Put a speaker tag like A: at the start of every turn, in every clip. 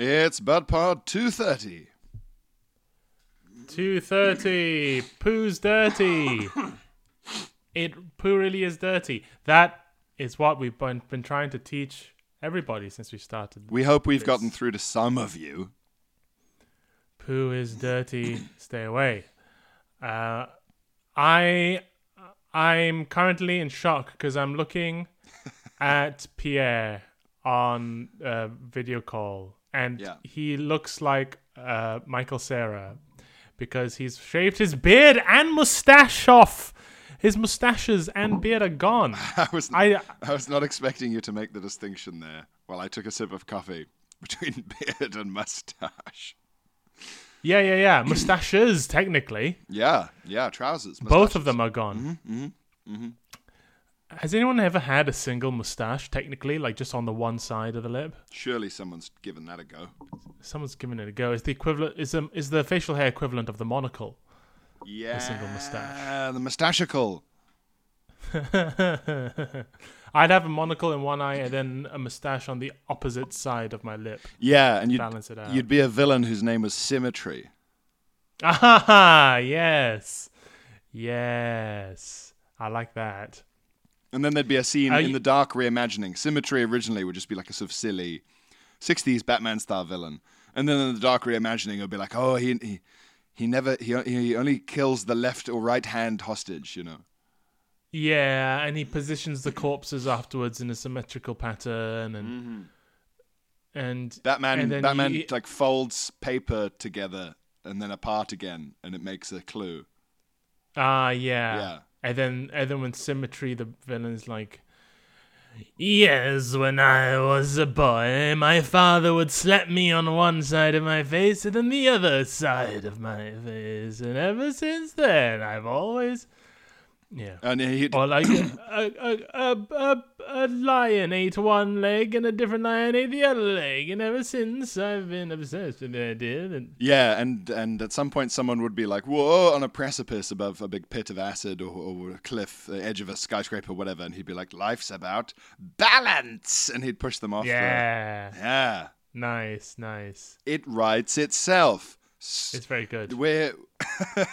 A: It's Bud Pod 230.
B: Two thirty. Poo's dirty. It poo really is dirty. That is what we've been, been trying to teach everybody since we started.
A: We hope we've gotten through to some of you.
B: Poo is dirty. Stay away. Uh, I I'm currently in shock because I'm looking at Pierre on a video call, and
A: Yeah.
B: he looks like uh, Michael Sarah because he's shaved his beard and mustache off. His mustaches and beard are gone.
A: I was
B: I- uh,
A: I, was not expecting you to make the distinction there. Well, I took a sip of coffee between beard and mustache.
B: Yeah, yeah, yeah. Mustaches, technically.
A: Yeah, yeah, trousers.
B: Both
A: mustaches.
B: of them are gone. Has anyone ever had a single mustache, technically, like just on the one side of the lip?
A: Surely someone's given that a go.
B: Someone's given it a go. Is the equivalent is um, is the facial hair equivalent of the monocle?
A: Yeah,
B: single mustache.
A: The mustachical.
B: I'd have a monocle in one eye and then a mustache on the opposite side of my lip.
A: Yeah, and you'd
B: Balance it out.
A: You'd be a villain whose name was Symmetry.
B: Ah, yes, yes. I like that.
A: And then there'd be a scene
B: Are
A: in
B: you-
A: the dark reimagining. Symmetry originally would just be like a sort of silly 60s Batman style villain. And then in the dark reimagining, it would be like, oh, he, he, he never, he, he only kills the left or right hand hostage, you know?
B: Yeah, and he positions the corpses afterwards in a symmetrical pattern, and and
A: Batman,
B: and then
A: Batman
B: you-
A: like folds paper together and then apart again, and it makes a clue.
B: Ah, yeah.
A: Yeah.
B: And then, and then with symmetry, the villain's like, "Yes, when I was a boy, my father would slap me on one side of my face and then the other side of my face, and ever since then, I've always, yeah."
A: And he'd,
B: Or like a, a, a, a, a lion ate one leg and a different lion ate the other leg, and ever since I've been obsessed with the idea that
A: yeah, and and at some point someone would be like, "Whoa!" on a precipice above a big pit of acid or, or a cliff, the edge of a skyscraper, whatever, and he'd be like, "Life's about balance," and he'd push them off. the-
B: yeah,
A: yeah,
B: nice, nice.
A: it writes itself. S-
B: It's very good.
A: We're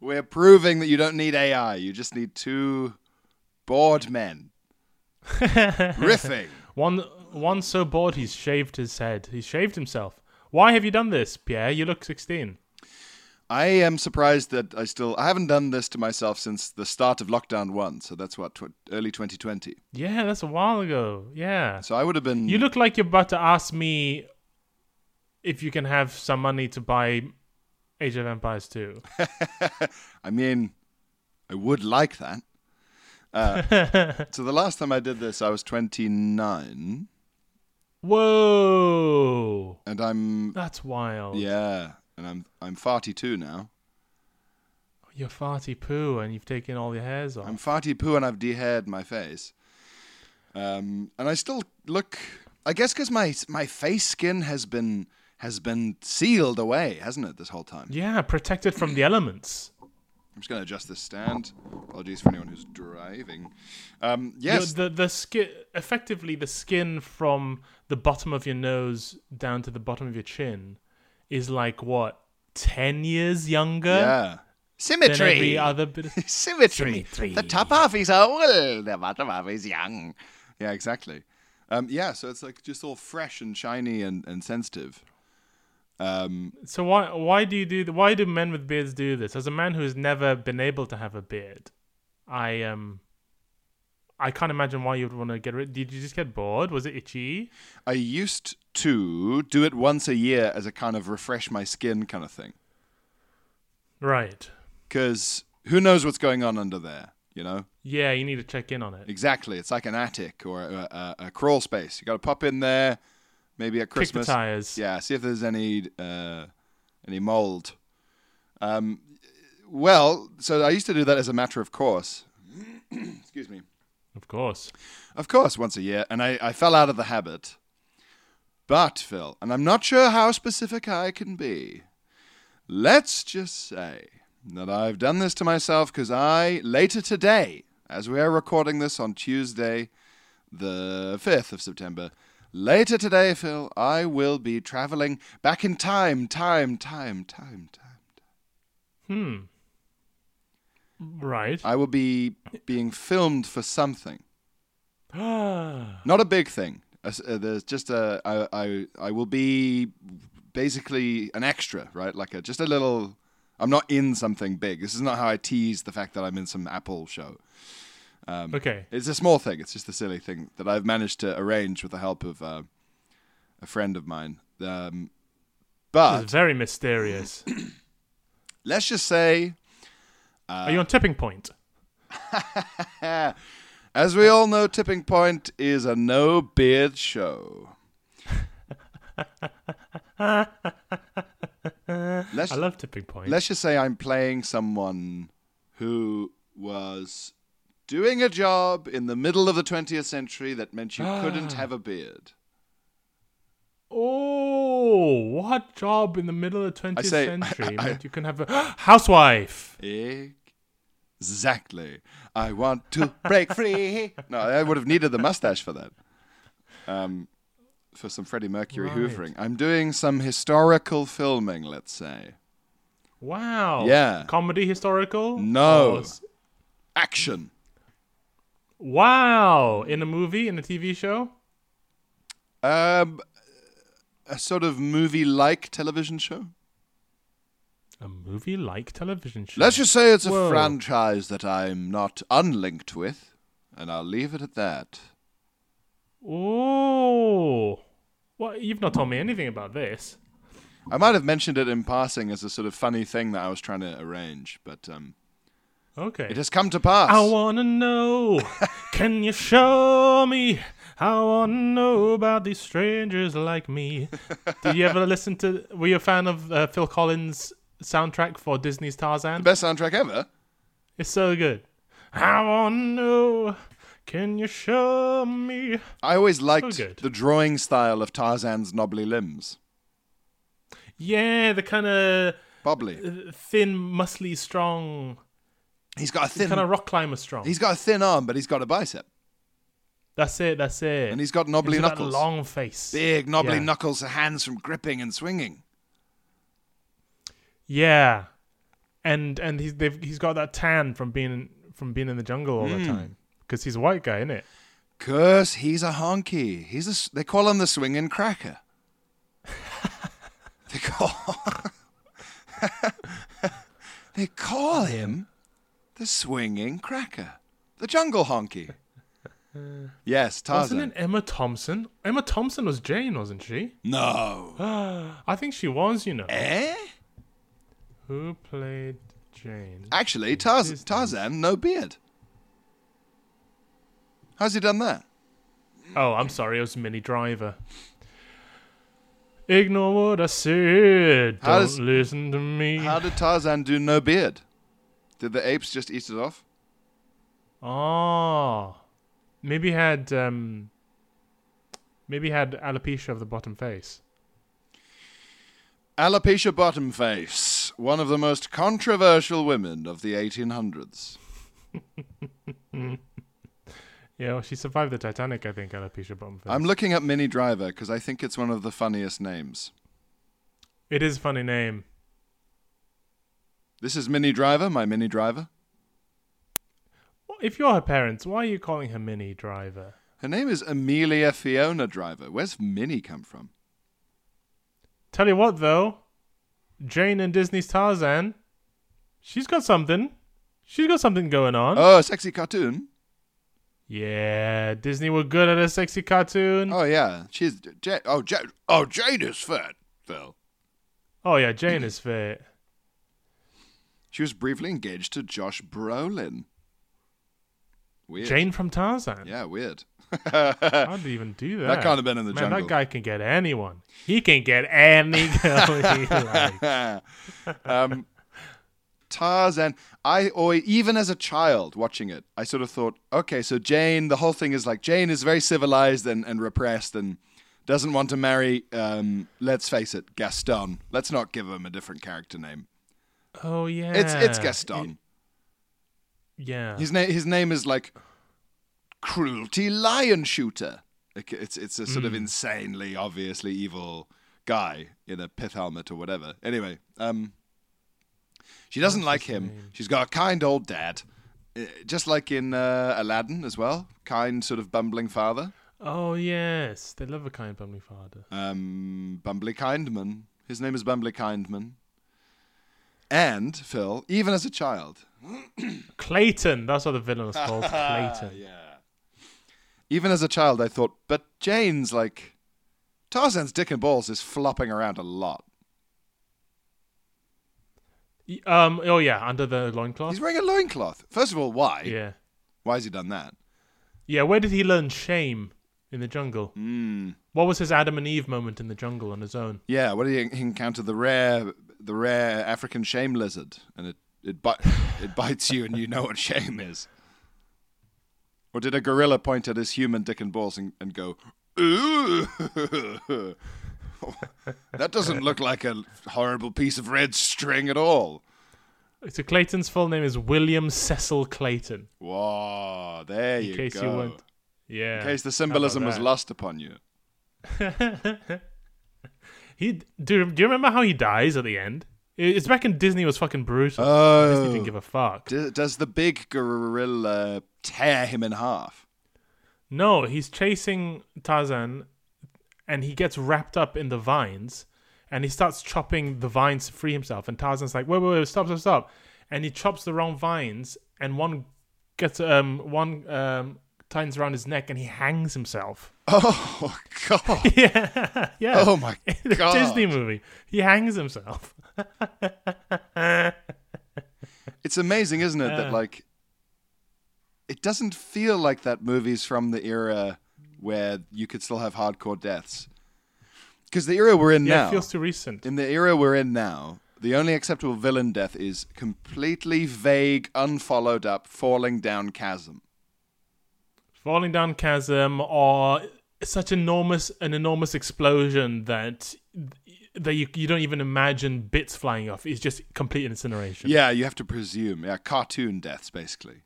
A: we're proving that you don't need AI. You just need two bored men riffing.
B: One one so bored he's shaved his head. He's shaved himself. Why have you done this, Pierre? You look sixteen.
A: I am surprised that I still I haven't done this to myself since the start of lockdown one. So that's what tw- early 2020.
B: Yeah, that's a while ago. Yeah.
A: So I would have been.
B: You look like you're about to ask me if you can have some money to buy Age of Empires 2.
A: I mean, I would like that. Uh, so the last time I did this, I was 29,
B: Whoa.
A: and I'm
B: That's wild.
A: yeah, and I'm I'm 42 now.
B: You're farty poo and you've taken all your hairs off.
A: I'm farty poo and I've de-haired my face. Um, and I still look. I guess because my my face skin has been has been sealed away, hasn't it? This whole time.
B: yeah, protected from the elements.
A: I'm just going to adjust this stand. Apologies for anyone who's driving. Um, yes,
B: Your- the the skin effectively the skin from the bottom of your nose down to the bottom of your chin is like what ten years younger
A: yeah.
B: than every
A: Symmetry.
B: other bit. Of-
A: Symmetry. The top half is old, the bottom half is young. Yeah, exactly. Um, yeah, so it's like just all fresh and shiny and, and sensitive. Um,
B: so why why do you do th- why do men with beards do this? As a man who has never been able to have a beard, I um. I can't imagine why you'd want to get rid. Did you just get bored? Was it itchy?
A: I used to do it once a year as a kind of refresh my skin kind of thing.
B: Right.
A: Because who knows what's going on under there? You know,
B: Yeah, you need to check in on it.
A: exactly. It's like an attic or a, a, a crawl space. You got to pop in there, maybe at
B: Kick the
A: Christmas.
B: tires.
A: Yeah, see if there's any uh, any mold. Um, well, so I used to do that as a matter of course. Excuse me.
B: Of course.
A: Of course, once a year, and I, I fell out of the habit. But, Phil, and I'm not sure how specific I can be, let's just say that I've done this to myself because I, later today, as we are recording this on Tuesday, the 5th of September, later today, Phil, I will be traveling back in time, time, time, time, time.
B: Hmm. Right.
A: I will be being filmed for something.
B: Ah.
A: Not a big thing. A s- uh, There's just a I, I I will be basically an extra, right? Like a just a little. I'm not in something big. This is not how I tease the fact that I'm in some Apple show.
B: okay.
A: It's a small thing. It's just a silly thing that I've managed to arrange with the help of uh, a friend of mine. Um,
B: This is
A: but Uh,
B: very mysterious.
A: let's just say,
B: Are you on tipping point?
A: as we all know, Tipping Point is a no beard show. Let's
B: I love tipping point.
A: Let's just say I'm playing someone who was doing a job in the middle of the 20th century that meant you couldn't have a beard.
B: Oh, what job in the middle of the 20th
A: say-
B: century
A: I- I-
B: meant you can have a housewife?
A: Exactly. I want to break free. No, I would have needed the mustache for that. Um, for some Freddie Mercury
B: Right.
A: hoovering. I'm doing some historical filming, let's say.
B: Wow.
A: Yeah.
B: Comedy historical?
A: No.
B: Or s-
A: Action.
B: Wow. In a movie, in a TV show?
A: Um, a sort of movie like television show?
B: A movie like television show.
A: Let's just say it's a
B: Whoa.
A: franchise that I'm not unlinked with, and I'll leave it at that.
B: Oh. Well, you've not told me anything about this.
A: I might have mentioned it in passing as a sort of funny thing that I was trying to arrange, but um,
B: Okay.
A: it has come to pass.
B: I wanna know. Can you show me? I wanna know about these strangers like me. Did you ever listen to? Were you a fan of uh, Phil Collins' soundtrack for Disney's Tarzan?
A: Best soundtrack ever.
B: It's so good. I wanna know. Can you show me?
A: I always liked
B: good.
A: the drawing style of Tarzan's knobbly limbs.
B: Yeah, the kind of Uh,
A: Bobbly.
B: thin, muscly, strong,
A: He's got a thin.
B: kind of rock climber strong.
A: He's got a thin arm, but he's got a bicep,
B: that's it. That's it.
A: and he's got knobbly
B: He's got
A: knuckles.
B: That long face.
A: Big knobbly
B: Yeah.
A: knuckles, hands from gripping and swinging.
B: Yeah, and and he's they've, he's got that tan from being from being in the jungle all
A: Hmm.
B: the time because he's a white guy, isn't it?
A: Curse, he's a honky. He's a. s- They call him the swinging cracker. they call. they call him the swinging cracker, the jungle honky. Yes, Tarzan.
B: Wasn't it Emma Thompson? Emma Thompson was Jane, wasn't she?
A: No.
B: I think she was. You know
A: eh?
B: who played Jane?
A: Actually, Tarzan, Tarzan, no beard. How's he done that?
B: Oh, I'm sorry, it was Minnie Driver. Ignore what I said.
A: How
B: Don't
A: does-
B: listen to me.
A: How did Tarzan do no beard? Did the apes just eat it off?
B: Oh, maybe he had um, maybe he had alopecia of the bottom face.
A: Alopecia Bottomface, one of the most controversial women of the 1800s.
B: Yeah, well, she survived the Titanic, I think, alopecia bottom face.
A: I'm looking up Minnie Driver because I think it's one of the funniest names.
B: It is a funny name.
A: This is Minnie Driver, my Minnie Driver.
B: If you're her parents, why are you calling her Minnie Driver?
A: Her name is Amelia Fiona Driver. Where's Minnie come from?
B: Tell you what, though, Jane and Disney's Tarzan, she's got something. She's got something going on.
A: Oh, sexy cartoon.
B: Yeah, Disney were good at a sexy cartoon. Oh,
A: Oh yeah, she's J- oh J- oh Jade is fat. Phil.
B: Oh, yeah, Jane is fit.
A: She was briefly engaged to Josh Brolin. Weird.
B: Jane from Tarzan.
A: Yeah, weird.
B: I'd even do that.
A: can't have been in the
B: Man,
A: jungle.
B: That guy can get anyone. He can get any girl he likes.
A: um, Tarzan. I or even as a child watching it, I sort of thought, okay, so Jane. The whole thing is like Jane is very civilized and, and repressed and doesn't want to marry. Um, let's face it, Gaston. Let's not give him a different character name.
B: Oh yeah,
A: It's it's Gaston.
B: Yeah,
A: His name his name is like cruelty lion shooter. Like, It's it's a sort of insanely obviously evil guy in a pith helmet or whatever. Anyway, um, she doesn't like him. She's got a kind old dad, eh, just like in uh, Aladdin as well. Kind sort of bumbling father,
B: Oh yes, they love a kind family father.
A: um, Bumbly Kindman. His name is Bumbly Kindman. And Phil, even as a child,
B: Clayton. That's what the villain was called. Clayton.
A: Even as a child, I thought, but Jane's like. Tarzan's dick and balls is flopping around a lot.
B: Y- Um. Oh yeah, under the loincloth.
A: He's wearing a loincloth. First of all, why?
B: Yeah.
A: Why has he done that?
B: Yeah. Where did he learn shame? In the jungle.
A: Hmm.
B: What was his Adam and Eve moment in the jungle on his own?
A: Yeah, what did he, he encounter? The rare, the rare African shame lizard, and it it, bi- it bites you, and you know what shame is. Or did a gorilla point at his human dick and balls and, and go, "Ooh, that doesn't look like a horrible piece of red string at all."
B: So Clayton's full name is William Cecil Clayton.
A: Whoa, there
B: In
A: you
B: case
A: go.
B: you weren't. Yeah.
A: In case the
B: How about
A: symbolism was
B: that?
A: lost upon you.
B: He do. Do you remember how he dies at the end? It- It's back in Disney was fucking brutal. Disney
A: Oh,
B: didn't give a fuck.
A: d- does the big gorilla tear him in half?
B: No, he's chasing Tarzan and he gets wrapped up in the vines and he starts chopping the vines to free himself. And Tarzan's like, wait, wait, wait, stop, stop, stop. And he chops the wrong vines and one gets, um, one, um, tightens around his neck and he hangs himself.
A: Oh god!
B: Yeah. yeah.
A: Oh my
B: The
A: god!
B: Disney movie. He hangs himself.
A: It's amazing, isn't it, that like it doesn't feel like that movie's from the era where you could still have hardcore deaths. Because the era we're in
B: Yeah,
A: now,
B: it feels too recent.
A: in the era we're in now, the only acceptable villain death is completely vague, unfollowed up, falling down chasm.
B: falling down chasm or such enormous an enormous explosion that that you, you don't even imagine bits flying off it's just complete incineration
A: Yeah, you have to presume. Yeah, cartoon deaths basically.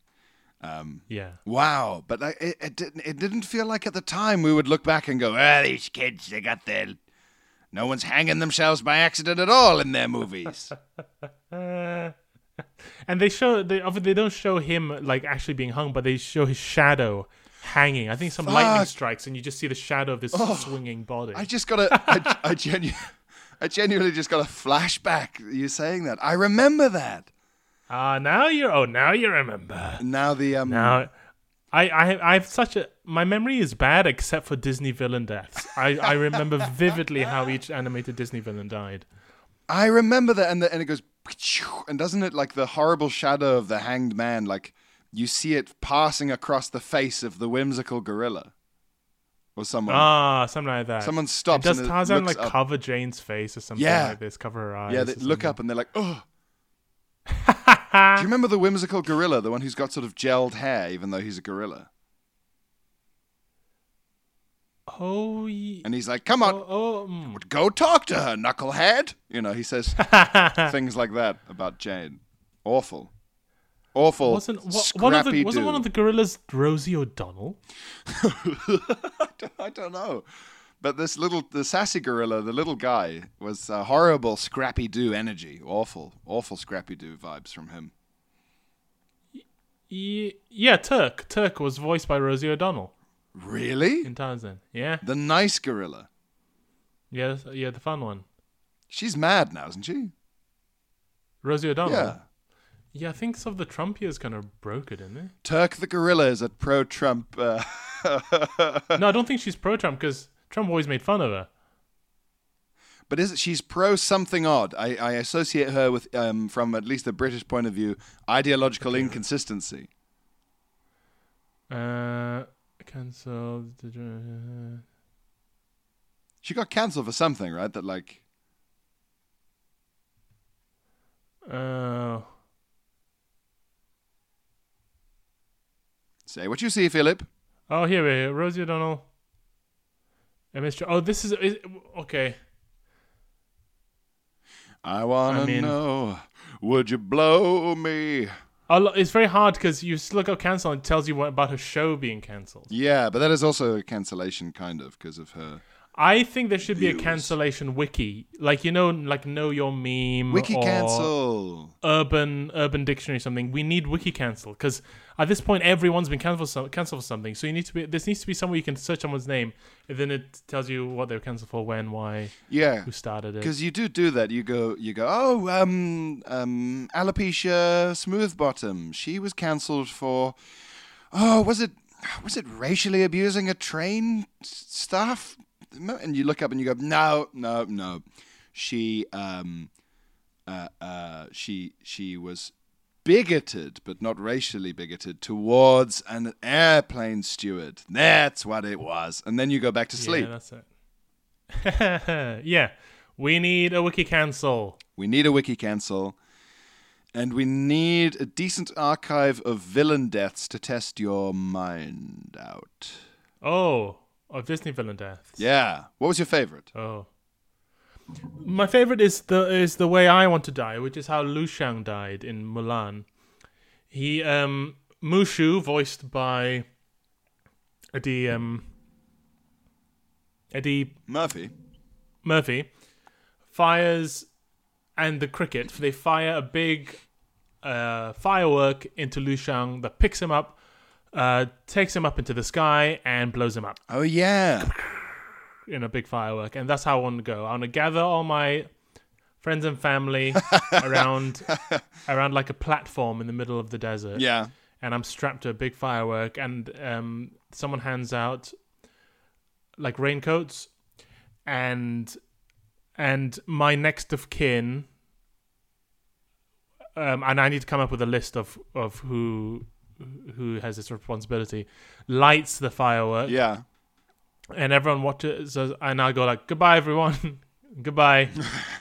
B: yeah
A: Wow, but like, it, it didn't. It didn't feel like at the time we would look back and go, "Ah, these kids, they got their." No one's hanging themselves by accident at all in their movies.
B: and they show they obviously they don't show him like actually being hung but they show his shadow hanging i think some lightning
A: Fuck. Oh.
B: strikes and you just see the shadow of this swinging body
A: I just got a. I, I genu- I genuinely just got a flashback. You saying that? I remember that.
B: ah now you're oh now you remember
A: Now the um.
B: now I, I I have such a my memory is bad except for Disney villain deaths. I, I remember vividly how each animated Disney villain died.
A: I remember that, and the, and it goes, and doesn't it like the horrible shadow of the hanged man? Like you see it passing across the face of the whimsical gorilla, or someone.
B: Ah, something like that.
A: Someone stops
B: And does
A: and it
B: Tarzan
A: looks
B: like
A: up.
B: cover Jane's face or something
A: Yeah.
B: like this? Cover her eyes.
A: yeah,
B: or
A: they look
B: something?
A: up and they're like, oh. Do you remember the whimsical gorilla, the one who's got sort of gelled hair, even though he's a gorilla?
B: Oh, ye-
A: And he's like, come on,
B: oh, oh, mm.
A: go talk to her, knucklehead. You know, he says things like that about Jane. Awful. Awful.
B: wasn't what,
A: scrappy
B: one of the wasn't
A: dude.
B: one of the gorillas Rosie O'Donnell?
A: I don't know. But this little, the sassy gorilla, the little guy, was uh, horrible Scrappy Doo energy. Awful, awful Scrappy Doo vibes from him.
B: Ye- Yeah, Turk. Turk was voiced by Rosie O'Donnell
A: Really?
B: in Tarzan. Yeah,
A: The nice gorilla.
B: yeah, that's- yeah, the fun one.
A: She's mad now, isn't she?
B: Rosie O'Donnell.
A: Yeah.
B: Yeah, I think some of the Trump years kind of broke it, didn't
A: Turk the gorilla is a pro-Trump. Uh,
B: they? no, I don't think she's pro Trump because Trump always made fun of her.
A: but is it, she's pro something odd? I, I associate her with, um, from at least a British point of view, ideological inconsistency.
B: Uh, cancelled.
A: She got cancelled for something, right? That like
B: Oh.
A: say what you see, Philip.
B: Oh, here we are. Rosie O'Donnell. Emma Str- Oh, this is, is okay.
A: I wanna
B: I'm in.
A: know, would you blow me?
B: A lo- It's very hard because you just look up cancel and it tells you what about her show being cancelled.
A: Yeah, but that is also a cancellation, kind of, because of her.
B: I think there should be a
A: Views.
B: cancellation wiki, like you know, like know your meme,
A: Wiki
B: or
A: cancel.
B: urban Urban Dictionary, or something. We need wiki cancel because at this point everyone's been cancelled some, cancelled for something. So you need to be this needs to be somewhere you can search someone's name, and then it tells you what they were cancelled for, when, why,
A: Yeah,
B: who started it.
A: because you do do that. You go, you go. Oh, um, um, alopecia smooth bottom. She was cancelled for. Oh, was it? Was it racially abusing a train s- staff? And you look up and you go, no, no, no. She, um, uh, uh, she, she was bigoted, but not racially bigoted, towards an airplane steward. That's what it was. And then you go back to sleep.
B: Yeah, that's it. yeah, we need a wiki cancel.
A: We need a wiki cancel. And we need a decent archive of villain deaths to test your mind out.
B: Oh, of Disney villain deaths.
A: Yeah. What was your favorite?
B: Oh. My favorite is the is the way I want to die, which is how Lu Xiang died in Mulan. He um Mushu voiced by Eddie um Eddie
A: Murphy.
B: Murphy fires and the cricket they fire a big uh, firework into Lu Xiang that picks him up, uh, takes him up into the sky and blows him up
A: Oh, yeah.
B: in a big firework, and that's how I want to go. I want to gather all my friends and family around around like a platform in the middle of the desert.
A: Yeah.
B: And I'm strapped to a big firework, and um, someone hands out like raincoats, and and my next of kin. Um, and I need to come up with a list of of who who has this responsibility. Lights the firework
A: Yeah.
B: and everyone watches us, and I go like, "Goodbye, everyone. Goodbye.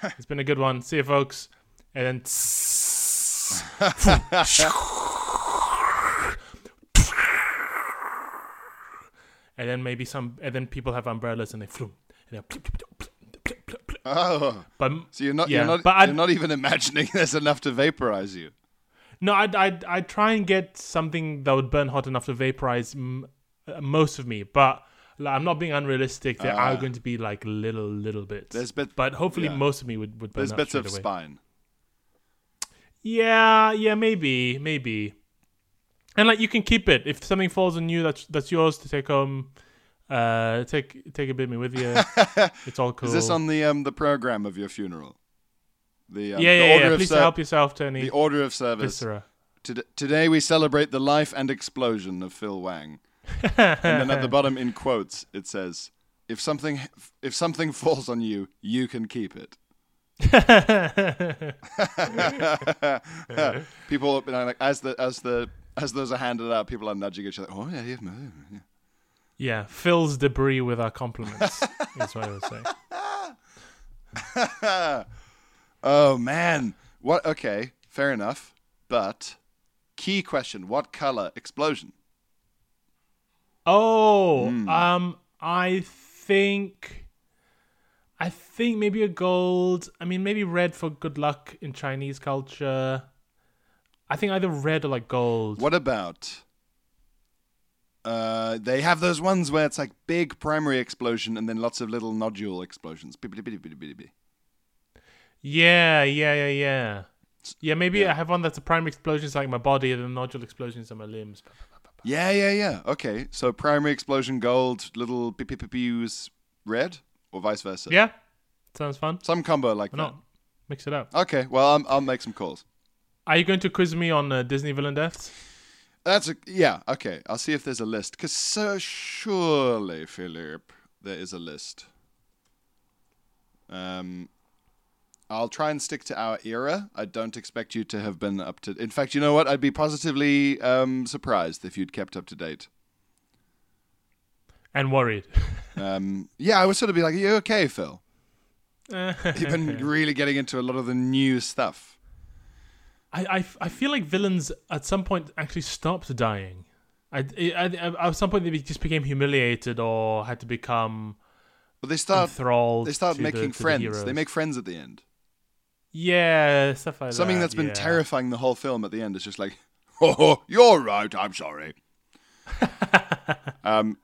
B: it's been a good one. See you, folks." And then, tss, and then maybe some, and then people have umbrellas and they flew. And then,
A: Oh.
B: but
A: So you're not,
B: Yeah,
A: you're, not
B: but I'd-
A: you're not even imagining there's enough to vaporize you.
B: no, I'd, I'd I'd try and get something that would burn hot enough to vaporize m- uh, most of me, but. Like, I'm not being unrealistic. There are going to be like little, little bits.
A: Uh, There's bit-
B: but hopefully
A: yeah.
B: most of me would would burn
A: There's
B: out
A: bits of
B: straight away.
A: spine.
B: Yeah, yeah, maybe, maybe. And like you can keep it if something falls on you that's that's yours to take home. Uh, take take a bit of me with you. it's all cool.
A: Is this on the um the program of your funeral? The, um,
B: yeah,
A: the
B: yeah, yeah.
A: order of
B: Please
A: ser-
B: help yourself, Tony.
A: The order of service.
B: Viscera.
A: Tod- Today we celebrate the life and explosion of Phil Wang. and then at the bottom, in quotes, it says, "If something, if something falls on you, you can keep it." people, you know, like as the as the as those are handed out, people are nudging each other. Oh yeah, yeah, yeah, yeah.
B: Yeah, fills debris with our compliments. is what I would say.
A: Oh man, what? Okay, fair enough. But key question: What color explosion?
B: Oh, um, I think, I think maybe a gold. I mean, maybe red for good luck in Chinese culture. I think either red or like gold.
A: What about? Uh, they have those ones where it's like big primary explosion and then lots of little nodule explosions. Bidi bidi bidi bidi bidi.
B: Yeah, yeah, yeah, yeah. Yeah, maybe I have one that's a primary explosion is like my body, and the nodule explosions are my limbs.
A: Yeah, yeah, yeah. Okay, so primary explosion gold, little beep beep beep beeps, red, or vice versa.
B: Yeah, sounds fun.
A: some combo like
B: Why not? Mix it up.
A: that. Okay, well, I'm, I'll make some calls.
B: Are you going to quiz me on uh, Disney villain deaths?
A: That's a yeah. Okay, I'll see if there's a list. Cause so surely, Philip, there is a list. Um, I'll try and stick to our era. I don't expect you to have been up to. In fact, you know what? I'd be positively um surprised if you'd kept up to date.
B: and worried.
A: Um, yeah, I would sort of be like, "Are you okay, Phil?" You've been really getting into a lot of the new stuff.
B: I, I, I feel like villains at some point actually stopped dying. I, I, I- at some point they just became humiliated or had to become
A: But they start
B: enthralled.
A: they start
B: to the-
A: making
B: to the
A: friends.
B: heroes.
A: they make friends at the end.
B: yeah stuff like
A: Something
B: that.
A: that's been
B: yeah.
A: terrifying the whole film at the end is just like, oh, you're right. I'm sorry. um,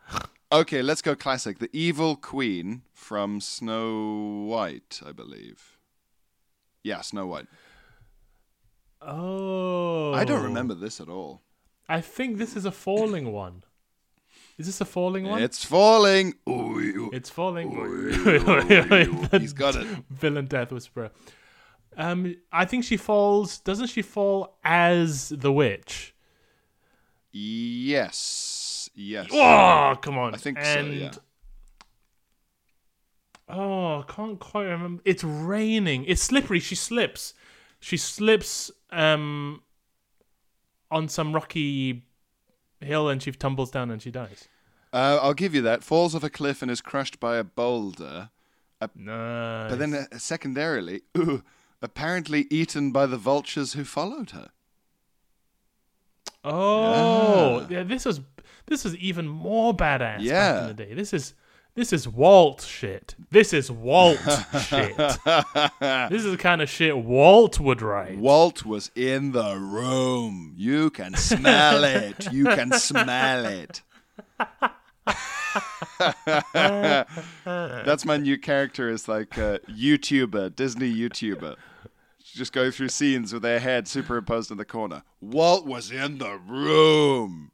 A: okay, let's go classic. The evil queen from Snow White, I believe. Yeah, Snow White.
B: Oh,
A: I don't remember this at all.
B: I think this is a falling one. Is this a falling one?
A: It's falling. Ooh, ooh,
B: It's falling.
A: ooh, ooh. He's got it.
B: Villain Death Whisperer. Um, I think she falls. Doesn't she fall as the witch?
A: Yes. Yes.
B: Oh, come on!
A: I think
B: and,
A: so, yeah.
B: Oh, I can't quite remember. It's raining. It's slippery. She slips. She slips um on some rocky hill and she tumbles down and she dies.
A: Uh, I'll give you that. Falls off a cliff and is crushed by a boulder.
B: No.
A: But then, uh, secondarily, ooh, apparently eaten by the vultures who followed her.
B: Oh, yeah. This was this was even more badass back
A: Yeah.
B: in the day. This is this is Walt shit. This is Walt shit. This is the kind of shit Walt would write.
A: Walt was in the room. You can smell it. You can smell it. That's my new character. Is like a YouTuber, Disney YouTuber. Just go through scenes with their head superimposed in the corner. Walt was in the room.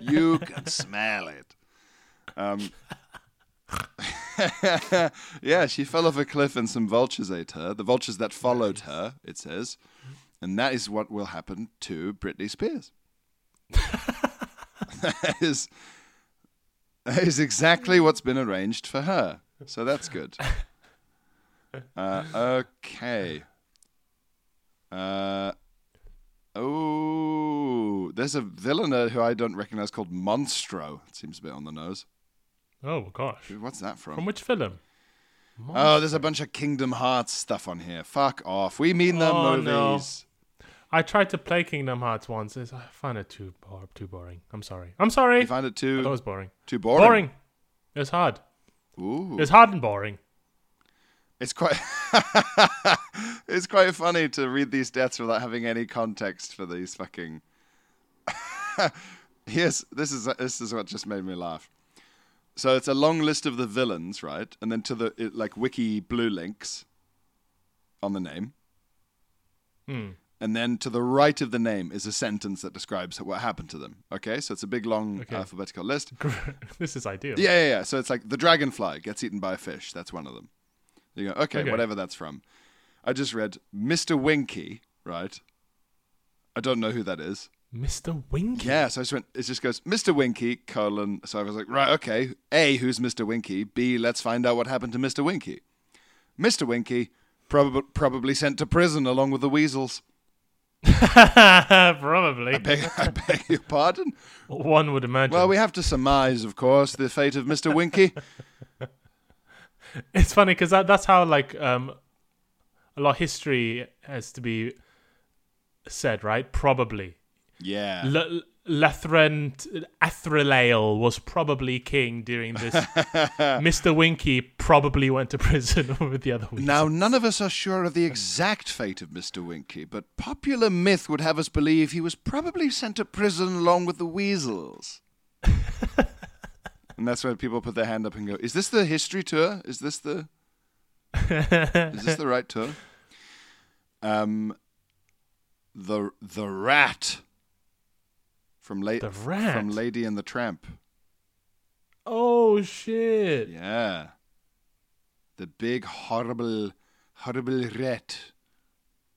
A: you can smell it. yeah, she fell off a cliff and some vultures ate her. The vultures that followed her, it says. And that is what will happen to Britney Spears. that, is, that is exactly what's been arranged for her. So that's good. Uh, okay. Uh, oh, there's a villain uh, who I don't recognize called Monstro. It seems a bit on the nose.
B: Oh gosh,
A: What's that from?
B: from which film?
A: Oh, there's a bunch of Kingdom Hearts stuff on here. Fuck off. We mean the
B: Oh, no.
A: movies.
B: I tried to play Kingdom Hearts once. It's, I find it too bar- too boring. I'm sorry. I'm sorry.
A: You find it
B: I
A: too
B: thought it was boring.
A: too
B: Boring.
A: boring.
B: It was hard.
A: Ooh,
B: It was hard and boring.
A: it's quite it's quite funny to read these deaths without having any context for these fucking. Here's this is this is what just made me laugh. So it's a long list of the villains, right? And then to the it, like wiki blue links on the name. And then to the right of the name is a sentence that describes what happened to them. Okay, so it's a big long alphabetical list.
B: this is ideal.
A: Yeah, yeah, yeah. So it's like the dragonfly gets eaten by a fish. That's one of them. You go, okay,
B: Okay.
A: whatever that's from. I just read Mr. Winky, right? I don't know who that is.
B: Mr. Winky.
A: Yeah, so I just went, it just goes, Mr. Winky, colon. So I was like, right, okay. A, who's Mr. Winky? B, let's find out what happened to Mr. Winky. Mr. Winky, prob- probably sent to prison along with the weasels.
B: Probably.
A: Beg- I beg your pardon?
B: One would imagine.
A: Well, we have to surmise, of course, the fate of Mr. Winky.
B: It's funny because that, that's how like um, a lot of history has to be said, right? Probably.
A: Yeah.
B: L- Lethrend Athrelael was probably king during this. Mr. Winky probably went to prison with the other one.
A: Now, none of us are sure of the exact fate of Mr. Winky, but popular myth would have us believe he was probably sent to prison along with the weasels. and that's where people put their hand up and go, "Is this the history tour? Is this the Is this the right tour?" Um, the the rat from late
B: The Rat?
A: from Lady and the Tramp.
B: Oh shit!
A: Yeah. The big horrible horrible rat.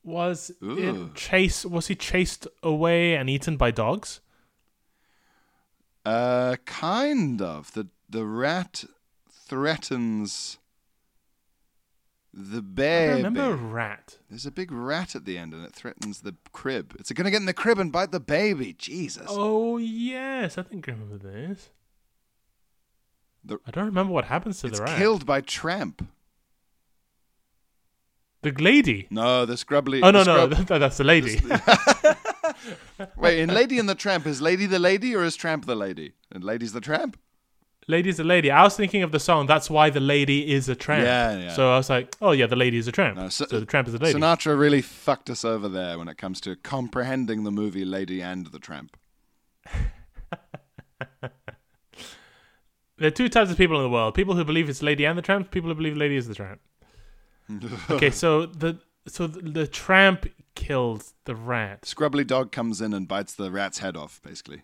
B: Was
A: Ooh.
B: it chase? Was he chased away and eaten by dogs?
A: Uh, kind of. The the rat threatens the
B: I
A: baby.
B: remember a rat.
A: There's a big rat at the end, and it threatens the crib. It's going to get in the crib and bite the baby. Jesus.
B: Oh yes, I think I remember this.
A: The,
B: I don't remember what happens to
A: it's
B: the rat.
A: killed by Tramp.
B: The lady.
A: No, the scrubbly.
B: Oh no
A: the
B: no,
A: scrub-
B: that- that's the lady.
A: Wait, in Lady and the Tramp, is Lady the lady or is Tramp the lady? And Lady's the Tramp?
B: Lady's a lady. I was thinking of the song. That's why the lady is a tramp.
A: Yeah, yeah.
B: So I was like, oh yeah, the lady is a tramp.
A: No,
B: so,
A: Sin-
B: the tramp is a lady.
A: Sinatra really fucked us over there when it comes to comprehending the movie Lady and the Tramp.
B: there are two types of people in the world: people who believe it's lady and the tramp, people who believe lady is the tramp. okay, so the so the, the tramp killed the rat.
A: Scrubbly dog comes in and bites the rat's head off, basically.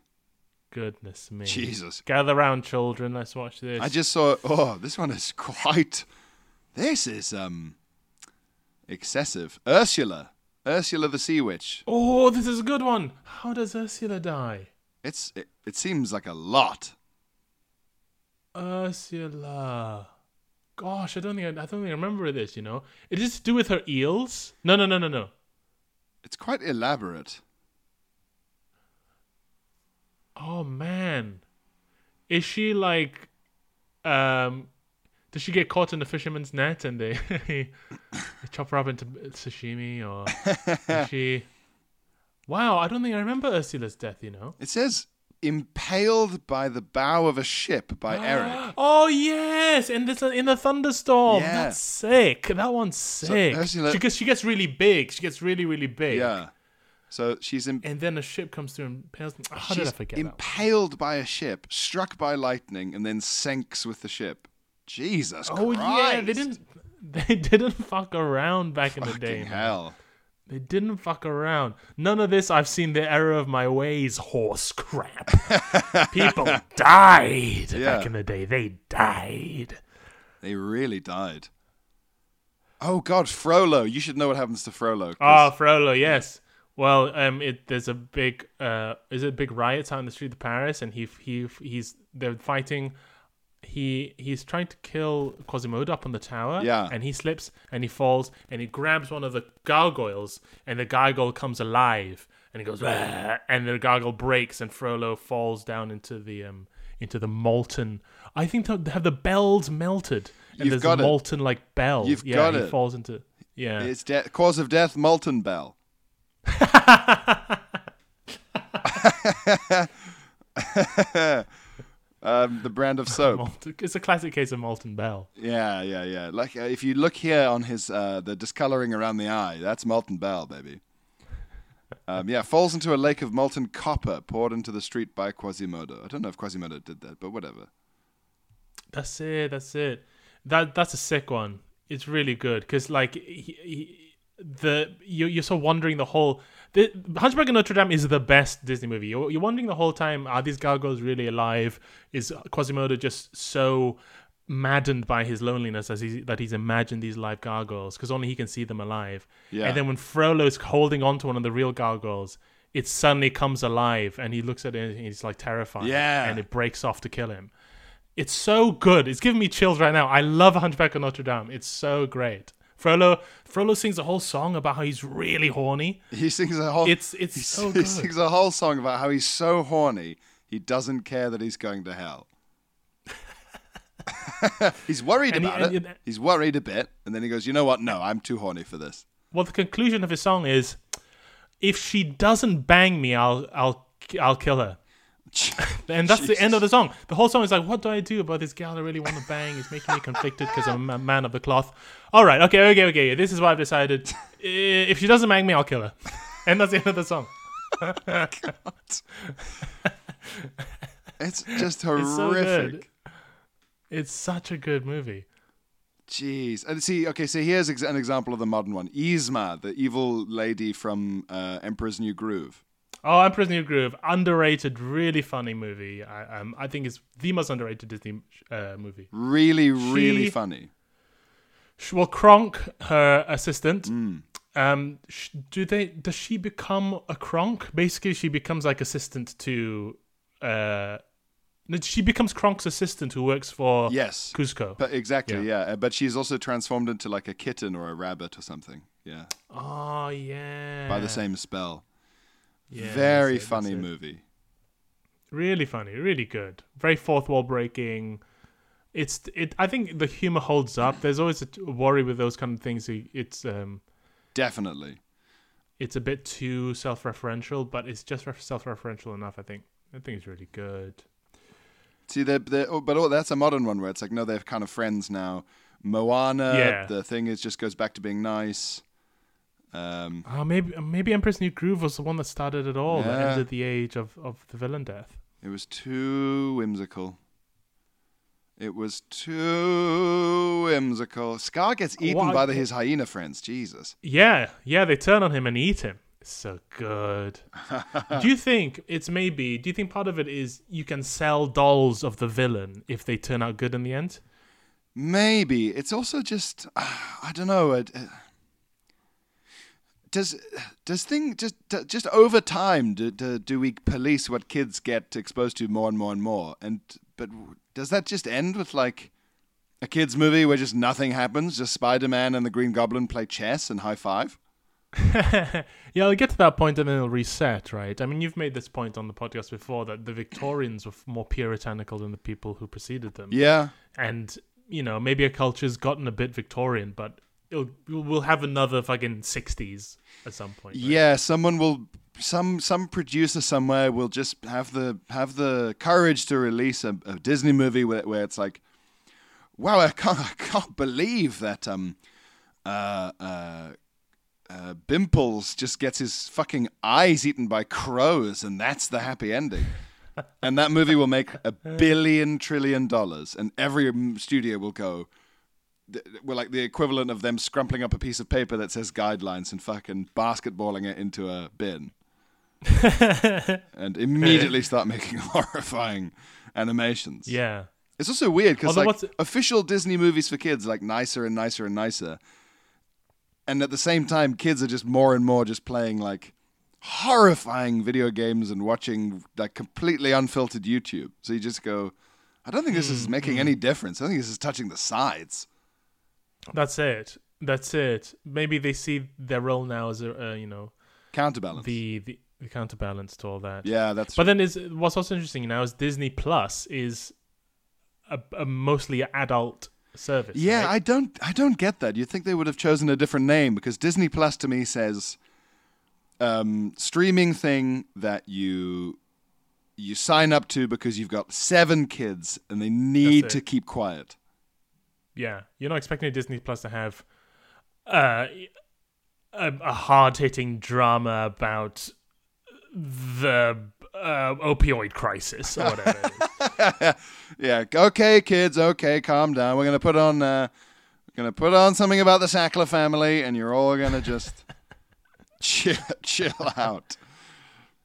B: Goodness me.
A: Jesus.
B: Gather round, children. Let's watch this.
A: I just saw. Oh, this one is quite. This is um, excessive. Ursula, Ursula the Sea Witch.
B: Oh, this is a good one. How does Ursula die?
A: It's it, it seems like a lot.
B: Ursula. Gosh, I don't think I, I don't think I remember this. You know, is this to do with her eels? No, no, no, no, no.
A: It's quite elaborate.
B: Oh man, is she like, um, does she get caught in the fisherman's net and they, they chop her up into sashimi or is she? Wow, I don't think I remember Ursula's death. You know.
A: It says impaled by the bow of a ship by Eric.
B: Oh yes, in this in the thunderstorm.
A: Yeah.
B: That's sick. That one's sick.
A: Ursula-
B: Because she gets really big. She gets really really big.
A: Yeah. So she's im-
B: And then a ship comes through and pales. How did I
A: she's
B: forget that? one?
A: impaled by a ship, struck by lightning, and then sinks with the ship. Jesus
B: Oh
A: Christ!
B: yeah, they didn't. They didn't fuck around back in the
A: Fucking
B: day. man.
A: hell!
B: They didn't fuck around. None of this. I've seen the error of my ways. Horse crap. People died
A: Yeah.
B: back in the day. They died.
A: They really died. Oh God, Frollo! You should know what happens to Frollo. 'cause-
B: Ah, Frollo, yes. Well, um, it there's a big uh, is it a big riots out in the street of Paris, and he he he's they're fighting. He he's trying to kill Quasimodo up on the tower.
A: Yeah.
B: and he slips and he falls and he grabs one of the gargoyles, and the gargoyle comes alive, and he goes, "Bleh," and the gargoyle breaks, and Frollo falls down into the um into the molten. I think they have the bells melted, and
A: You've
B: there's
A: got
B: a
A: it.
B: molten like bell.
A: You've
B: yeah,
A: got
B: he
A: it.
B: falls into. Yeah,
A: It's de- cause of death, Molten Bell. um, the brand of soap.
B: Molten- It's a classic case of molten bell.
A: Yeah, yeah, yeah. Like uh, if you look here on his uh, the discoloring around the eye, that's molten bell, baby. Um, yeah, falls into a lake of molten copper poured into the street by Quasimodo. I don't know if Quasimodo did that, but whatever.
B: That's it. That's it. That that's a sick one. It's really good because like he, he, the you you're so wondering the whole. The Hunchback of Notre Dame is the best Disney movie. You're, you're wondering the whole time: Are these gargoyles really alive? Is Quasimodo just so maddened by his loneliness as he that he's imagined these live gargoyles because only he can see them alive?
A: Yeah.
B: And then when Frollo's holding on to one of the real gargoyles, it suddenly comes alive, and he looks at it and he's like terrified.
A: Yeah.
B: And it breaks off to kill him. It's so good. It's giving me chills right now. I love Hunchback of Notre Dame. It's so great. Frollo Frollo sings a whole song about how he's really horny.
A: He sings a whole.
B: It's- it's
A: he,
B: so
A: he
B: good.
A: sings a whole song about how he's so horny he doesn't care that he's going to hell. he's worried
B: And he-
A: about
B: and
A: it.
B: you-
A: he's worried a bit, and then he goes, "You know what? No, I'm too horny for this."
B: Well, the conclusion of his song is, "If she doesn't bang me, I'll I'll I'll kill her." And that's the end of the song. The whole song is like, "What do I do about this gal I really want to bang? It's making me conflicted because I'm a man of the cloth." All right, okay, okay, okay. This is what I've decided. Eh, If she doesn't bang me, I'll kill her. And that's the end of the song.
A: It's just
B: It's so
A: horrific.
B: good. It's such a good movie.
A: Jeez. And see, okay, so here's ex- an example of the modern one. Yzma, the evil lady from uh, Emperor's New Groove.
B: Oh, Emperor's New Groove, underrated, really funny movie. I um, I think it's the most underrated Disney uh, movie.
A: Really, really
B: She-
A: funny.
B: Sh- Well, Kronk, her assistant.
A: Mm.
B: Um, sh- do they? Does she become a Kronk? Basically, she becomes like assistant to. Uh, no, she becomes Kronk's assistant who works for
A: Yes.
B: Cusco.
A: But exactly, yeah.
B: Yeah.
A: Uh, But she's also transformed into like a kitten or a rabbit or something. Yeah.
B: oh yeah,
A: By the same spell.
B: Yeah,
A: Very
B: that's it,
A: funny
B: that's it.
A: movie.
B: Really funny, really good. Very fourth wall breaking. it's it. I think the humor holds up. There's always a t- worry with those kind of things. i- It's um,
A: Definitely.
B: it's a bit too self-referential, but it's just ref- self-referential enough. I think. I think it's really good.
A: See, they're, they're, oh, but oh, that's a modern one where it's like, no, they're kind of friends now. Moana,
B: Yeah.
A: the thing is just goes back to being nice. Um,
B: Oh, maybe maybe Empress New Groove was the one that started it all. That
A: Yeah.
B: ended the age of of the villain death.
A: it was too whimsical. It was too whimsical. Scar gets eaten
B: Why-
A: by the, his hyena friends. Jesus.
B: Yeah, yeah, they turn on him and eat him. It's so good. do you think it's maybe? Do you think part of it is you can sell dolls of the villain if they turn out good in the end?
A: Maybe it's also just I don't know. It, uh, does does thing just d- just over time do, do do we police what kids get exposed to more and more and more? And but does that just end with like a kids movie where just nothing happens? Just Spider Man and the Green Goblin play chess and high five.
B: yeah, it'll get to that point and then it'll reset, right? I mean, you've made this point on the podcast before that the Victorians were f- more puritanical than the people who preceded them.
A: Yeah,
B: and you know maybe a culture's gotten a bit Victorian, but it'll we'll have another fucking sixties at some point. right?
A: yeah. Someone will some some producer somewhere will just have the have the courage to release a, a Disney movie where, where it's like wow, I can't, I can't believe that um, uh, uh, uh, Bimples just gets his fucking eyes eaten by crows, and that's the happy ending. and that movie will make a billion trillion dollars, and every mm, studio will go. th- We're like the equivalent of them scrumpling up a piece of paper that says guidelines and fucking basketballing it into a bin. and immediately start making horrifying animations.
B: yeah.
A: It's also weird because
B: Although
A: like
B: what's-
A: official Disney movies for kids are like nicer and nicer and nicer, and at the same time, kids are just more and more just playing like horrifying video games and watching like completely unfiltered YouTube. So you just go, I don't think this
B: Hmm,
A: is making any difference. I don't think this is touching the sides.
B: That's it. That's it. Maybe they see their role now as a uh, you know
A: Counterbalance.
B: the, the the counterbalance to all that.
A: yeah, that's.
B: But then is what's also interesting now is Disney Plus is a, a mostly adult service.
A: Yeah,
B: right?
A: I don't I don't get that. You'd think they would have chosen a different name because Disney Plus to me says um, streaming thing that you you sign up to because you've got seven kids and they need
B: That's
A: to
B: it.
A: keep quiet.
B: yeah. You're not expecting Disney Plus to have uh, a, a hard hitting drama about the uh, opioid crisis or whatever. it is.
A: Yeah, okay kids, okay, calm down. We're going to put on uh, we're going to put on something about the Sackler family and you're all going to just chill, chill out.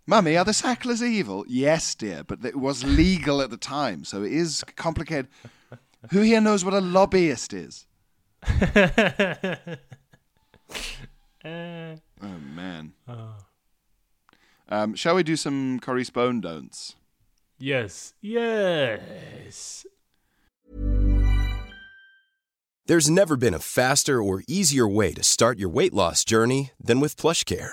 A: Mummy, are the Sacklers evil? Yes, dear, but it was legal at the time, so it is complicated. Who here knows what a lobbyist is?
B: Eh,
A: Oh man. Um, shall we do some Corrie Spone don'ts?
B: yes, yes.
C: There's never been a faster or easier way to start your weight loss journey than with PlushCare.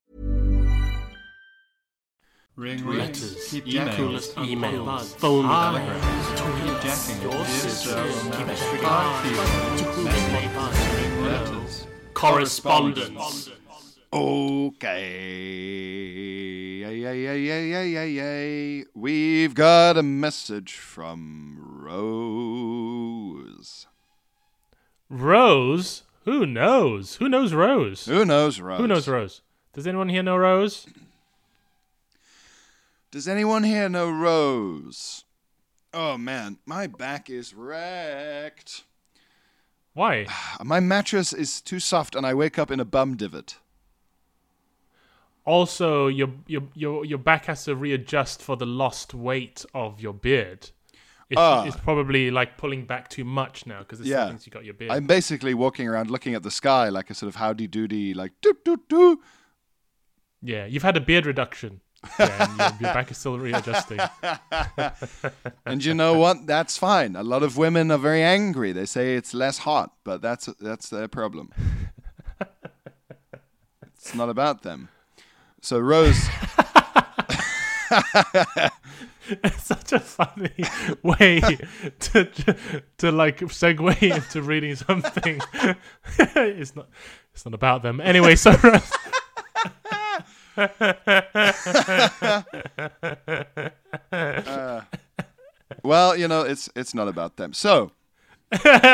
D: Ring
E: Letters,
D: keep
E: emails,
D: jackals,
E: emails, phone
D: telegrams,
E: calls, tweets,
D: jacking,
E: your sister, keep a strict eye
D: Keep
E: on you,
D: ring letters.
E: correspondence.
A: Okay. Yay, yay, yay, yay, yay, yay, yay. We've got a message from Rose.
B: Rose, Who knows? Who knows Rose?
A: Who knows, Rose?
B: Who knows Rose? Does anyone here know Rose?
A: Does anyone here know Rose? Oh man, my back is wrecked.
B: Why?
A: My mattress is too soft, and I wake up in a bum divot.
B: Also, your your your your back has to readjust for the lost weight of your beard. It's,
A: Ah.
B: it's probably like pulling back too much now because it's
A: Yeah.
B: since you got your beard.
A: I'm basically walking around looking at the sky like a sort of howdy doody, like doot doot doo.
B: Yeah, you've had a beard reduction. Yeah, and your, your back is still readjusting.
A: And you know what? That's fine. A lot of women are very angry. They say it's less hot, but that's that's their problem. it's not about them. So Rose,
B: Such a funny way to, to like segue into reading something. it's not it's not about them anyway. So Rose,
A: well, you know, it's it's not about them. So, all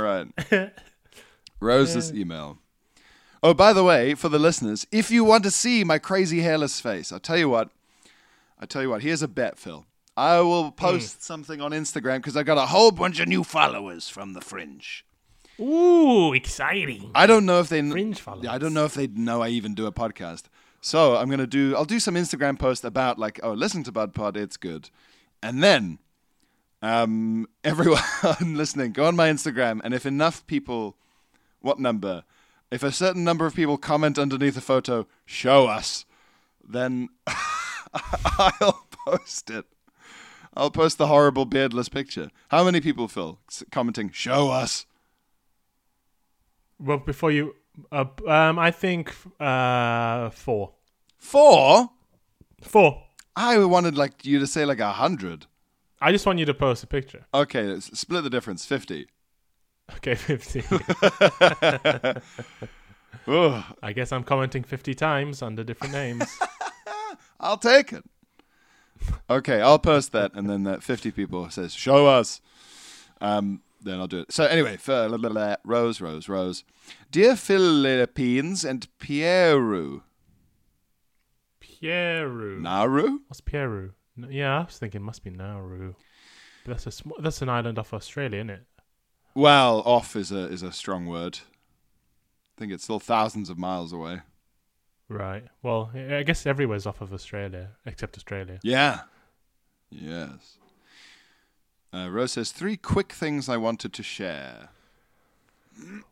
A: right. Rose's email. Oh, by the way, for the listeners, if you want to see my crazy hairless face, I tell you what, I tell you what. Here's a bet, Phil. I will post something on Instagram because I got a whole bunch of new followers from the Fringe.
B: ooh, exciting.
A: I don't know if they
B: Fringe followers.
A: I don't know if they know I even do a podcast. So I'm gonna do. I'll do some Instagram post about like, oh, listen to Bud Pod, it's good, and then, um, everyone listening, go on my Instagram, and if enough people, what number? If a certain number of people comment underneath a photo, show us, then I'll post it. I'll post the horrible beardless picture. How many people, Phil, s- commenting, show us?
B: Well, before you, uh, um, I think uh, four,
A: Four?
B: four.
A: I wanted like you to say like a hundred.
B: I just want you to post a picture.
A: Okay, let's split the difference. Fifty.
B: Okay, fifty.
A: Ugh,
B: I guess I'm commenting fifty times under different names.
A: I'll take it. Okay, I'll post that, and then that fifty people says show us. Um, then I'll do it. So anyway, for la, la, la, Rose, Rose, Rose, dear Philippines and Pieru,
B: Pieru.
A: Nauru.
B: What's Pieru? N- Yeah, I was thinking must be Nauru. But that's a sm- that's an island off Australia, isn't it?
A: Well, off is a is a strong word. I think it's still thousands of miles away.
B: Right. Well, I I guess everywhere's off of Australia except Australia.
A: Yeah. Yes. Uh, Rose says three quick things I wanted to share.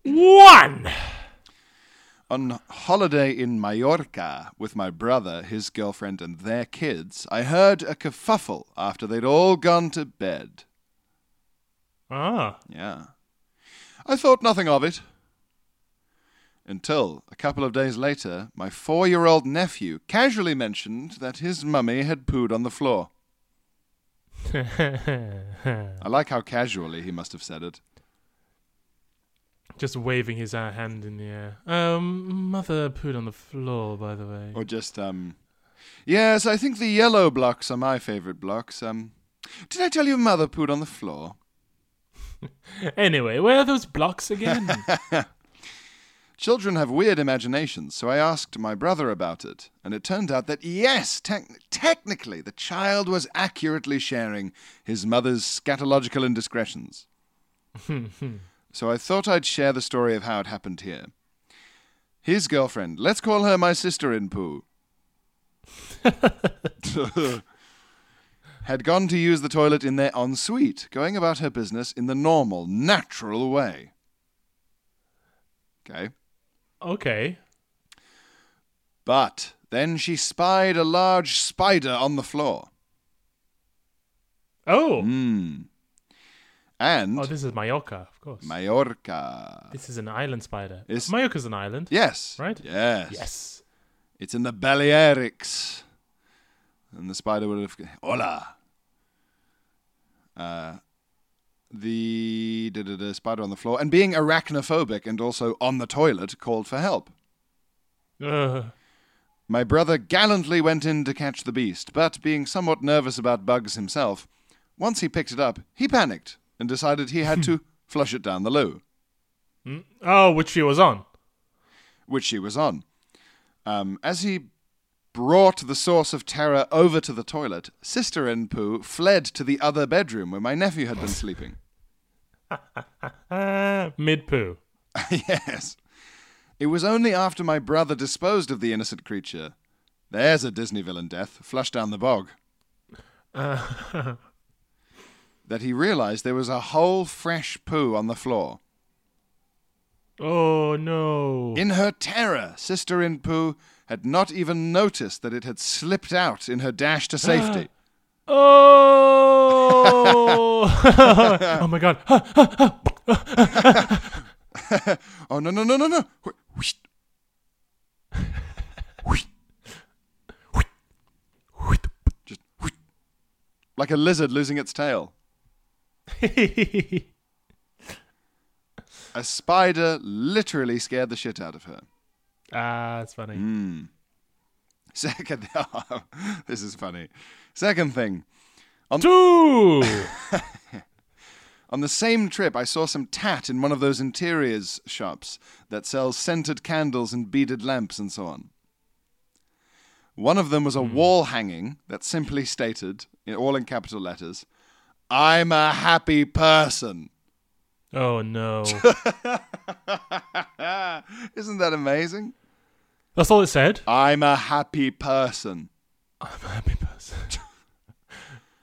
B: One.
A: On holiday in Mallorca with my brother, his girlfriend, and their kids, I heard a kerfuffle after they'd all gone to bed.
B: Ah.
A: Yeah. I thought nothing of it. Until, a couple of days later, my four year old nephew casually mentioned that his mummy had pooed on the floor. I like how casually he must have said it.
B: Just waving his uh, hand in the air. Um, mother pooed on the floor, by the way.
A: Or just um Yes, I think the yellow blocks are my favorite blocks. Um Did I tell you mother pooed on the floor?
B: Anyway, where are those blocks again?
A: Children have weird imaginations, so I asked my brother about it, and it turned out that yes, tec- technically the child was accurately sharing his mother's scatological indiscretions. so I thought I'd share the story of how it happened here. His girlfriend, let's call her my sister in poo, had gone to use the toilet in their ensuite, going about her business in the normal, natural way. Okay.
B: okay.
A: But then she spied a large spider on the floor.
B: Oh.
A: Hmm. And
B: Oh, this is Mallorca, of course.
A: Mallorca.
B: this is an island spider.
A: It's-
B: Mallorca's an island.
A: Yes.
B: Right?
A: Yes.
B: Yes.
A: It's in the Balearics. And the spider would have. Hola! Uh, the da, da, da, spider on the floor. And being arachnophobic and also on the toilet, called for help.
B: Ugh.
A: My brother gallantly went in to catch the beast, but being somewhat nervous about bugs himself, once he picked it up, he panicked and decided he had to flush it down the loo,
B: Oh, which she was on.
A: which he was on. Um, as he brought the source of terror over to the toilet, Sister and Pooh fled to the other bedroom where my nephew had been sleeping.
B: Uh, Mid poo.
A: yes. It was only after my brother disposed of the innocent creature. There's a Disney villain death, flush down the bog. that he realized there was a whole fresh poo on the floor.
B: Oh no.
A: In her terror, Sister in Poo had not even noticed that it had slipped out in her dash to safety.
B: oh. oh my god.
A: oh, no, no, no, no, no. Wh- whoosh. Whoosh. Whoosh. Whoosh. Just whoosh. Like a lizard losing its tail. A spider literally scared the shit out of her.
B: ah, that's funny.
A: Mm. Second, this is funny. Second thing,
B: Two.
A: on the same trip, I saw some tat in one of those interiors shops that sells scented candles and beaded lamps and so on. One of them was a wall hanging that simply stated, in all in capital letters, "I'm a happy person."
B: oh no.
A: Isn't that amazing?
B: That's all it said.
A: I'm a happy person.
B: I'm a happy person.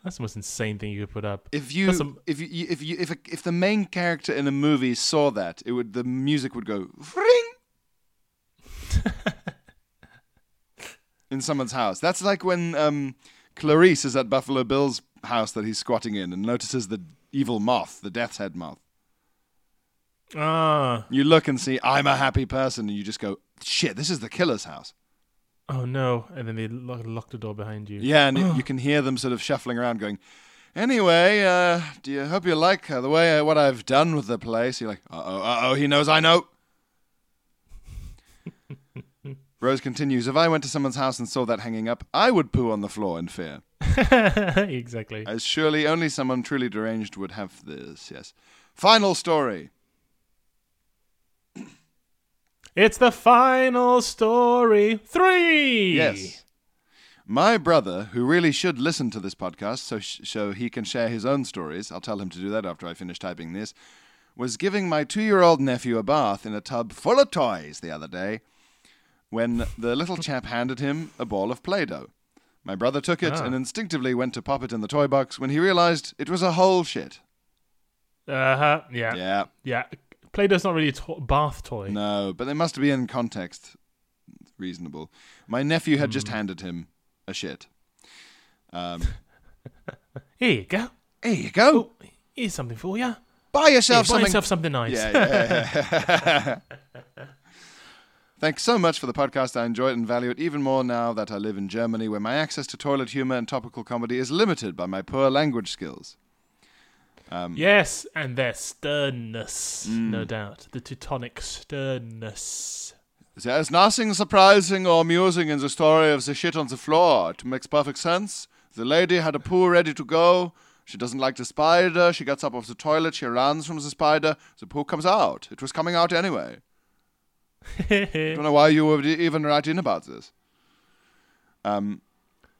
B: That's the most insane thing you could put up.
A: If you,
B: That's some-
A: if you, if you, if a, if the main character in a movie saw that, it would the music would go ring in someone's house. That's like when um, Clarice is at Buffalo Bill's house that he's squatting in and notices the evil moth, the Death's Head moth.
B: Ah.
A: You look and see, I'm a happy person, and you just go, shit, this is the killer's house.
B: Oh no. And then they lock, lock the door behind you.
A: Yeah, and you- you can hear them sort of shuffling around, going. Anyway, uh, do you hope you like uh, the way uh, what I've done with the place? You're like, uh oh, uh oh, he knows I know. Rose continues, if I went to someone's house and saw that hanging up, I would poo on the floor in fear,
B: exactly.
A: as surely only someone truly deranged would have this. Yes. Final story.
B: It's the final story. Three.
A: Yes. My brother, who really should listen to this podcast so, sh- so he can share his own stories, I'll tell him to do that after I finish typing this, was giving my two year old nephew a bath in a tub full of toys the other day when the little chap handed him a ball of Play Doh. My brother took it and instinctively went to pop it in the toy box when he realized it was a whole shit.
B: Uh huh. Yeah. yeah.
A: Yeah,
B: Play Doh's not really a to- bath toy.
A: no, but they must be in context. Reasonable. My nephew had just handed him a shit. Um,
B: Here you go.
A: here you go.
B: Oh, here's something for you.
A: Buy yourself
B: buy
A: something.
B: yourself something nice.
A: yeah, yeah, yeah. Thanks so much for the podcast. I enjoy it and value it even more now that I live in Germany, where my access to toilet humor and topical comedy is limited by my poor language skills.
B: Yes, and their sternness,
A: Mm.
B: no doubt. The Teutonic sternness.
A: There's nothing surprising or amusing in the story of the shit on the floor. It makes perfect sense. The lady had a poo ready to go. She doesn't like the spider. She gets up off the toilet. She runs from the spider. The poo comes out. It was coming out anyway. I don't know why you would e-, even write in about this. Um,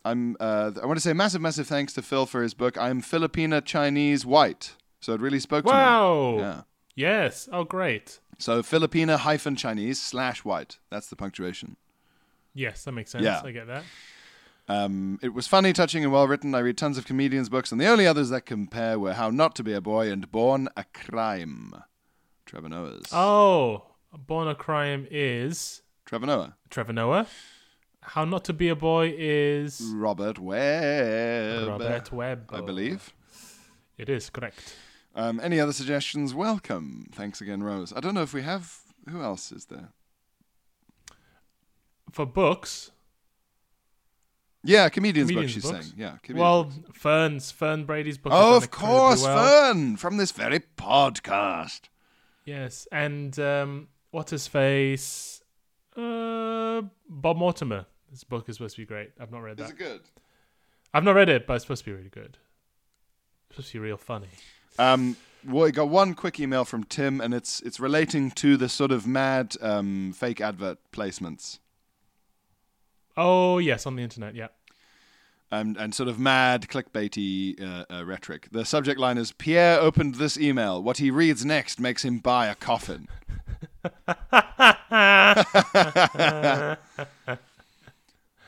A: I'm. Uh, I want to say massive, massive thanks to Phil for his book. I'm Filipina Chinese white, so it really spoke to
B: wow.
A: me. Yeah.
B: Yes. Oh, great.
A: So Filipina hyphen Chinese slash white. That's the punctuation.
B: Yes, that makes sense.
A: Yeah.
B: I get that.
A: Um, it was funny, touching, and well written. I read tons of comedians' books, and the only others that compare were How Not to Be a Boy and Born a Crime. Trevor Noah's.
B: Oh, Born a Crime is
A: Trevor Noah.
B: Trevor Noah. How Not to Be a Boy is
A: Robert Webb.
B: Robert Webb.
A: I believe.
B: It is correct.
A: Um, any other suggestions? Welcome. Thanks again, Rose. I don't know if we have. Who else is there?
B: For books,
A: Yeah, comedians, book.
B: Comedians'
A: She's
B: books?
A: saying. Yeah. Comedians.
B: well, Fern's Fern Brady's book. has
A: oh,
B: done
A: of
B: incredibly
A: course,
B: well.
A: Fern from this very podcast.
B: Yes, and um, what's his face? Uh, Bob Mortimer. This book is supposed to be great. I've not read that.
A: Is it good?
B: I've not read it, but it's supposed to be really good. It's supposed to be real funny.
A: Um, Well, I got one quick email from Tim, and it's it's relating to the sort of mad um, fake advert placements
B: Oh yes, on the internet. Yeah.
A: and and sort of mad clickbaity uh, uh, rhetoric. The subject line is Pierre opened this email. What he reads next makes him buy a coffin.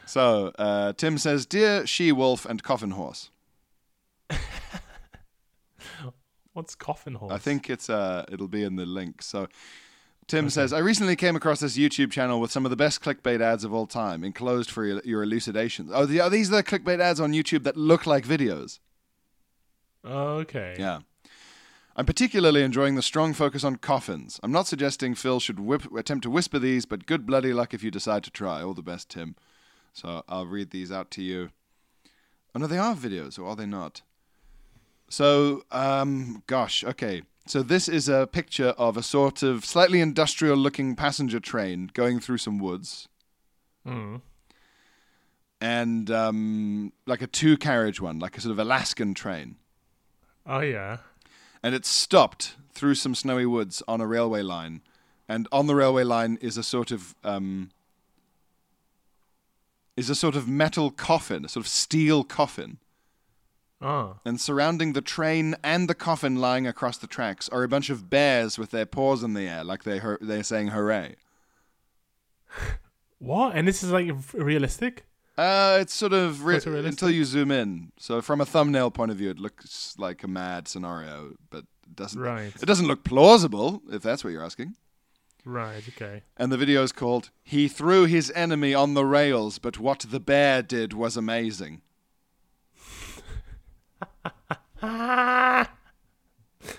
A: so uh, Tim says, "Dear she wolf and coffin horse."
B: What's coffin horse?
A: I think it's uh it'll be in the link. So Tim says, I recently came across this YouTube channel with some of the best clickbait ads of all time, enclosed for your, your elucidations. Oh, the, are these the clickbait ads on YouTube that look like videos?
B: Okay.
A: Yeah. I'm particularly enjoying the strong focus on coffins. I'm not suggesting Phil should whip, attempt to whisper these, but good bloody luck if you decide to try. All the best, Tim. So I'll read these out to you. Oh no, they are videos, or are they not? So, um, gosh, okay. So this is a picture of a sort of slightly industrial-looking passenger train going through some woods, and um, like a two-carriage one, like a sort of Alaskan train
B: Oh yeah.
A: and it's stopped through some snowy woods on a railway line. And on the railway line is a sort of um, is a sort of metal coffin, a sort of steel coffin.
B: Oh.
A: And surrounding the train and the coffin lying across the tracks are a bunch of bears with their paws in the air, like they hur- they're saying "hooray."
B: What? And this is like f- realistic?
A: Uh, it's sort of re-
B: Photorealistic?
A: until you zoom in. So from a thumbnail point of view, it looks like a mad scenario, but it doesn't.
B: Right.
A: It doesn't look plausible if that's what you're asking.
B: Right. Okay.
A: And the video is called He Threw His Enemy on the Rails, but What the Bear Did Was Amazing.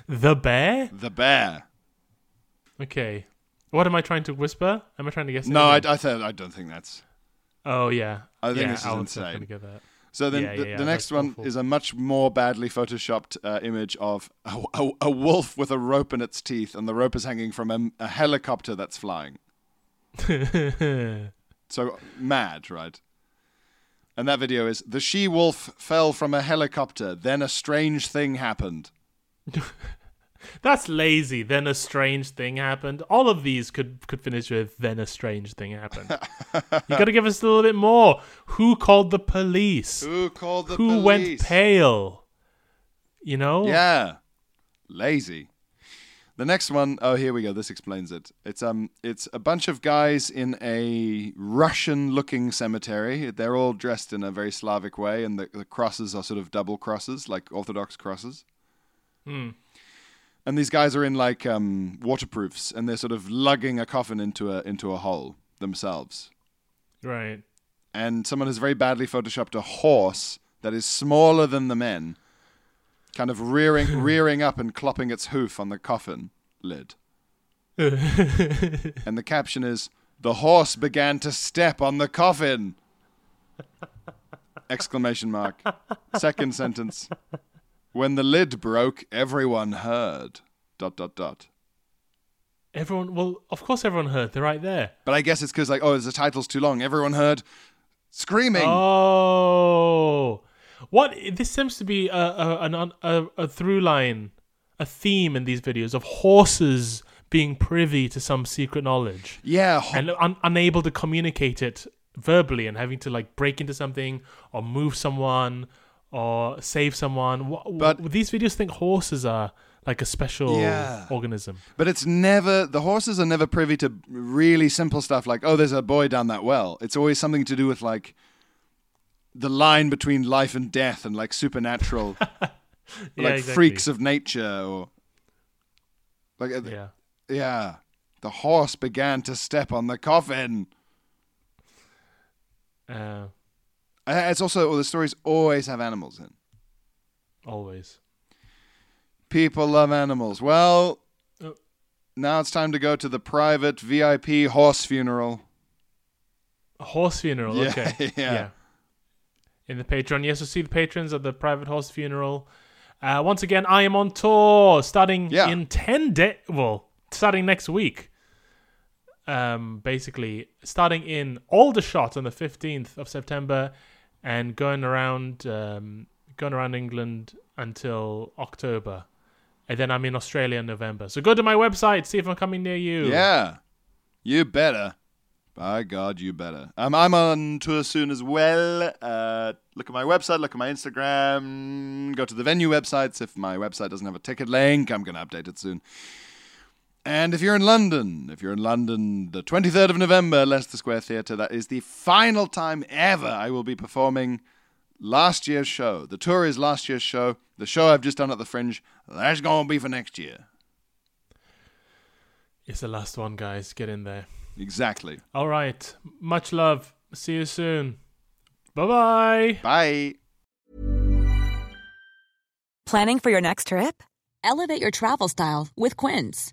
B: The bear?
A: The bear.
B: Okay. What am I trying to whisper? Am I trying to guess?
A: No, I,
B: anything?
A: I, th- I don't think that's.
B: Oh yeah.
A: I think
B: yeah,
A: this is
B: I was
A: insane.
B: definitely Get that.
A: So then
B: Yeah,
A: the,
B: yeah, yeah,
A: the next
B: that's
A: one
B: awful.
A: is a much more badly photoshopped uh, image of a, a, a wolf with a rope in its teeth, and the rope is hanging from a, a helicopter that's flying. So mad, right? And that video is The she wolf fell from a helicopter, then a strange thing happened.
B: That's lazy. Then a strange thing happened. All of these could could finish with then a strange thing happened. you got to give us a little bit more. Who called the police?
A: Who called the
B: Who
A: police?
B: went pale? You know?
A: Yeah. Lazy. The next one, oh here we go. This explains it. It's um it's a bunch of guys in a Russian looking cemetery. They're all dressed in a very Slavic way and the, the crosses are sort of double crosses, like orthodox crosses. And these guys are in like um waterproofs and they're sort of lugging a coffin into a into a hole themselves.
B: Right.
A: And someone has very badly photoshopped a horse that is smaller than the men kind of rearing rearing up and clopping its hoof on the coffin lid. and the caption is the horse began to step on the coffin. Exclamation mark. Second sentence. When the lid broke, everyone heard. Dot dot dot.
B: Everyone. Well, of course, everyone heard. They're right there.
A: But I guess it's because like, oh, the title's too long. Everyone heard screaming.
B: Oh, what? This seems to be a a, an, un- a a through line, a theme in these videos of horses being privy to some secret knowledge
A: Yeah, ho-
B: and un- unable to communicate it verbally and having to like break into something or move someone or save someone. Wha-
A: But-
B: these videos think horses are like a special
A: Yeah.
B: organism.
A: But it's never the horses are never privy to really simple stuff like oh there's a boy down that well. It's always something to do with like the line between life and death and like supernatural
B: Yeah,
A: like
B: exactly.
A: freaks of nature or like uh, yeah.
B: Yeah.
A: The horse began to step on the coffin.
B: Uh,
A: Uh, It's also all the stories always have animals in.
B: always.
A: People love animals. Well,
B: Oh.
A: now it's time to go to the private VIP horse funeral.
B: A horse funeral.
A: Yeah,
B: okay.
A: yeah.
B: In the Patreon, yes, we'll see the patrons at the private horse funeral. Uh, once again, I am on tour starting
A: Yeah.
B: in ten days. Well, starting next week. Um, basically starting in Aldershot on the fifteenth of September, and going around, um, going around England until October. And then I'm in Australia in November. So go to my website, see if I'm coming near you.
A: Yeah. You better. By God, you better. Um, I'm on tour soon as well. Uh, look at my website, look at my Instagram, go to the venue websites. If my website doesn't have a ticket link, I'm going to update it soon. And if you're in London, if you're in London, the 23rd of November, Leicester Square Theatre, that is the final time ever I will be performing last year's show. The tour is last year's show. The show I've just done at the Fringe, that's going to be for next year.
B: It's the last one, guys. Get in there.
A: Exactly.
B: All right. Much love. See you soon. Bye bye.
A: Bye.
F: Planning for your next trip?
G: Elevate your travel style with Quince.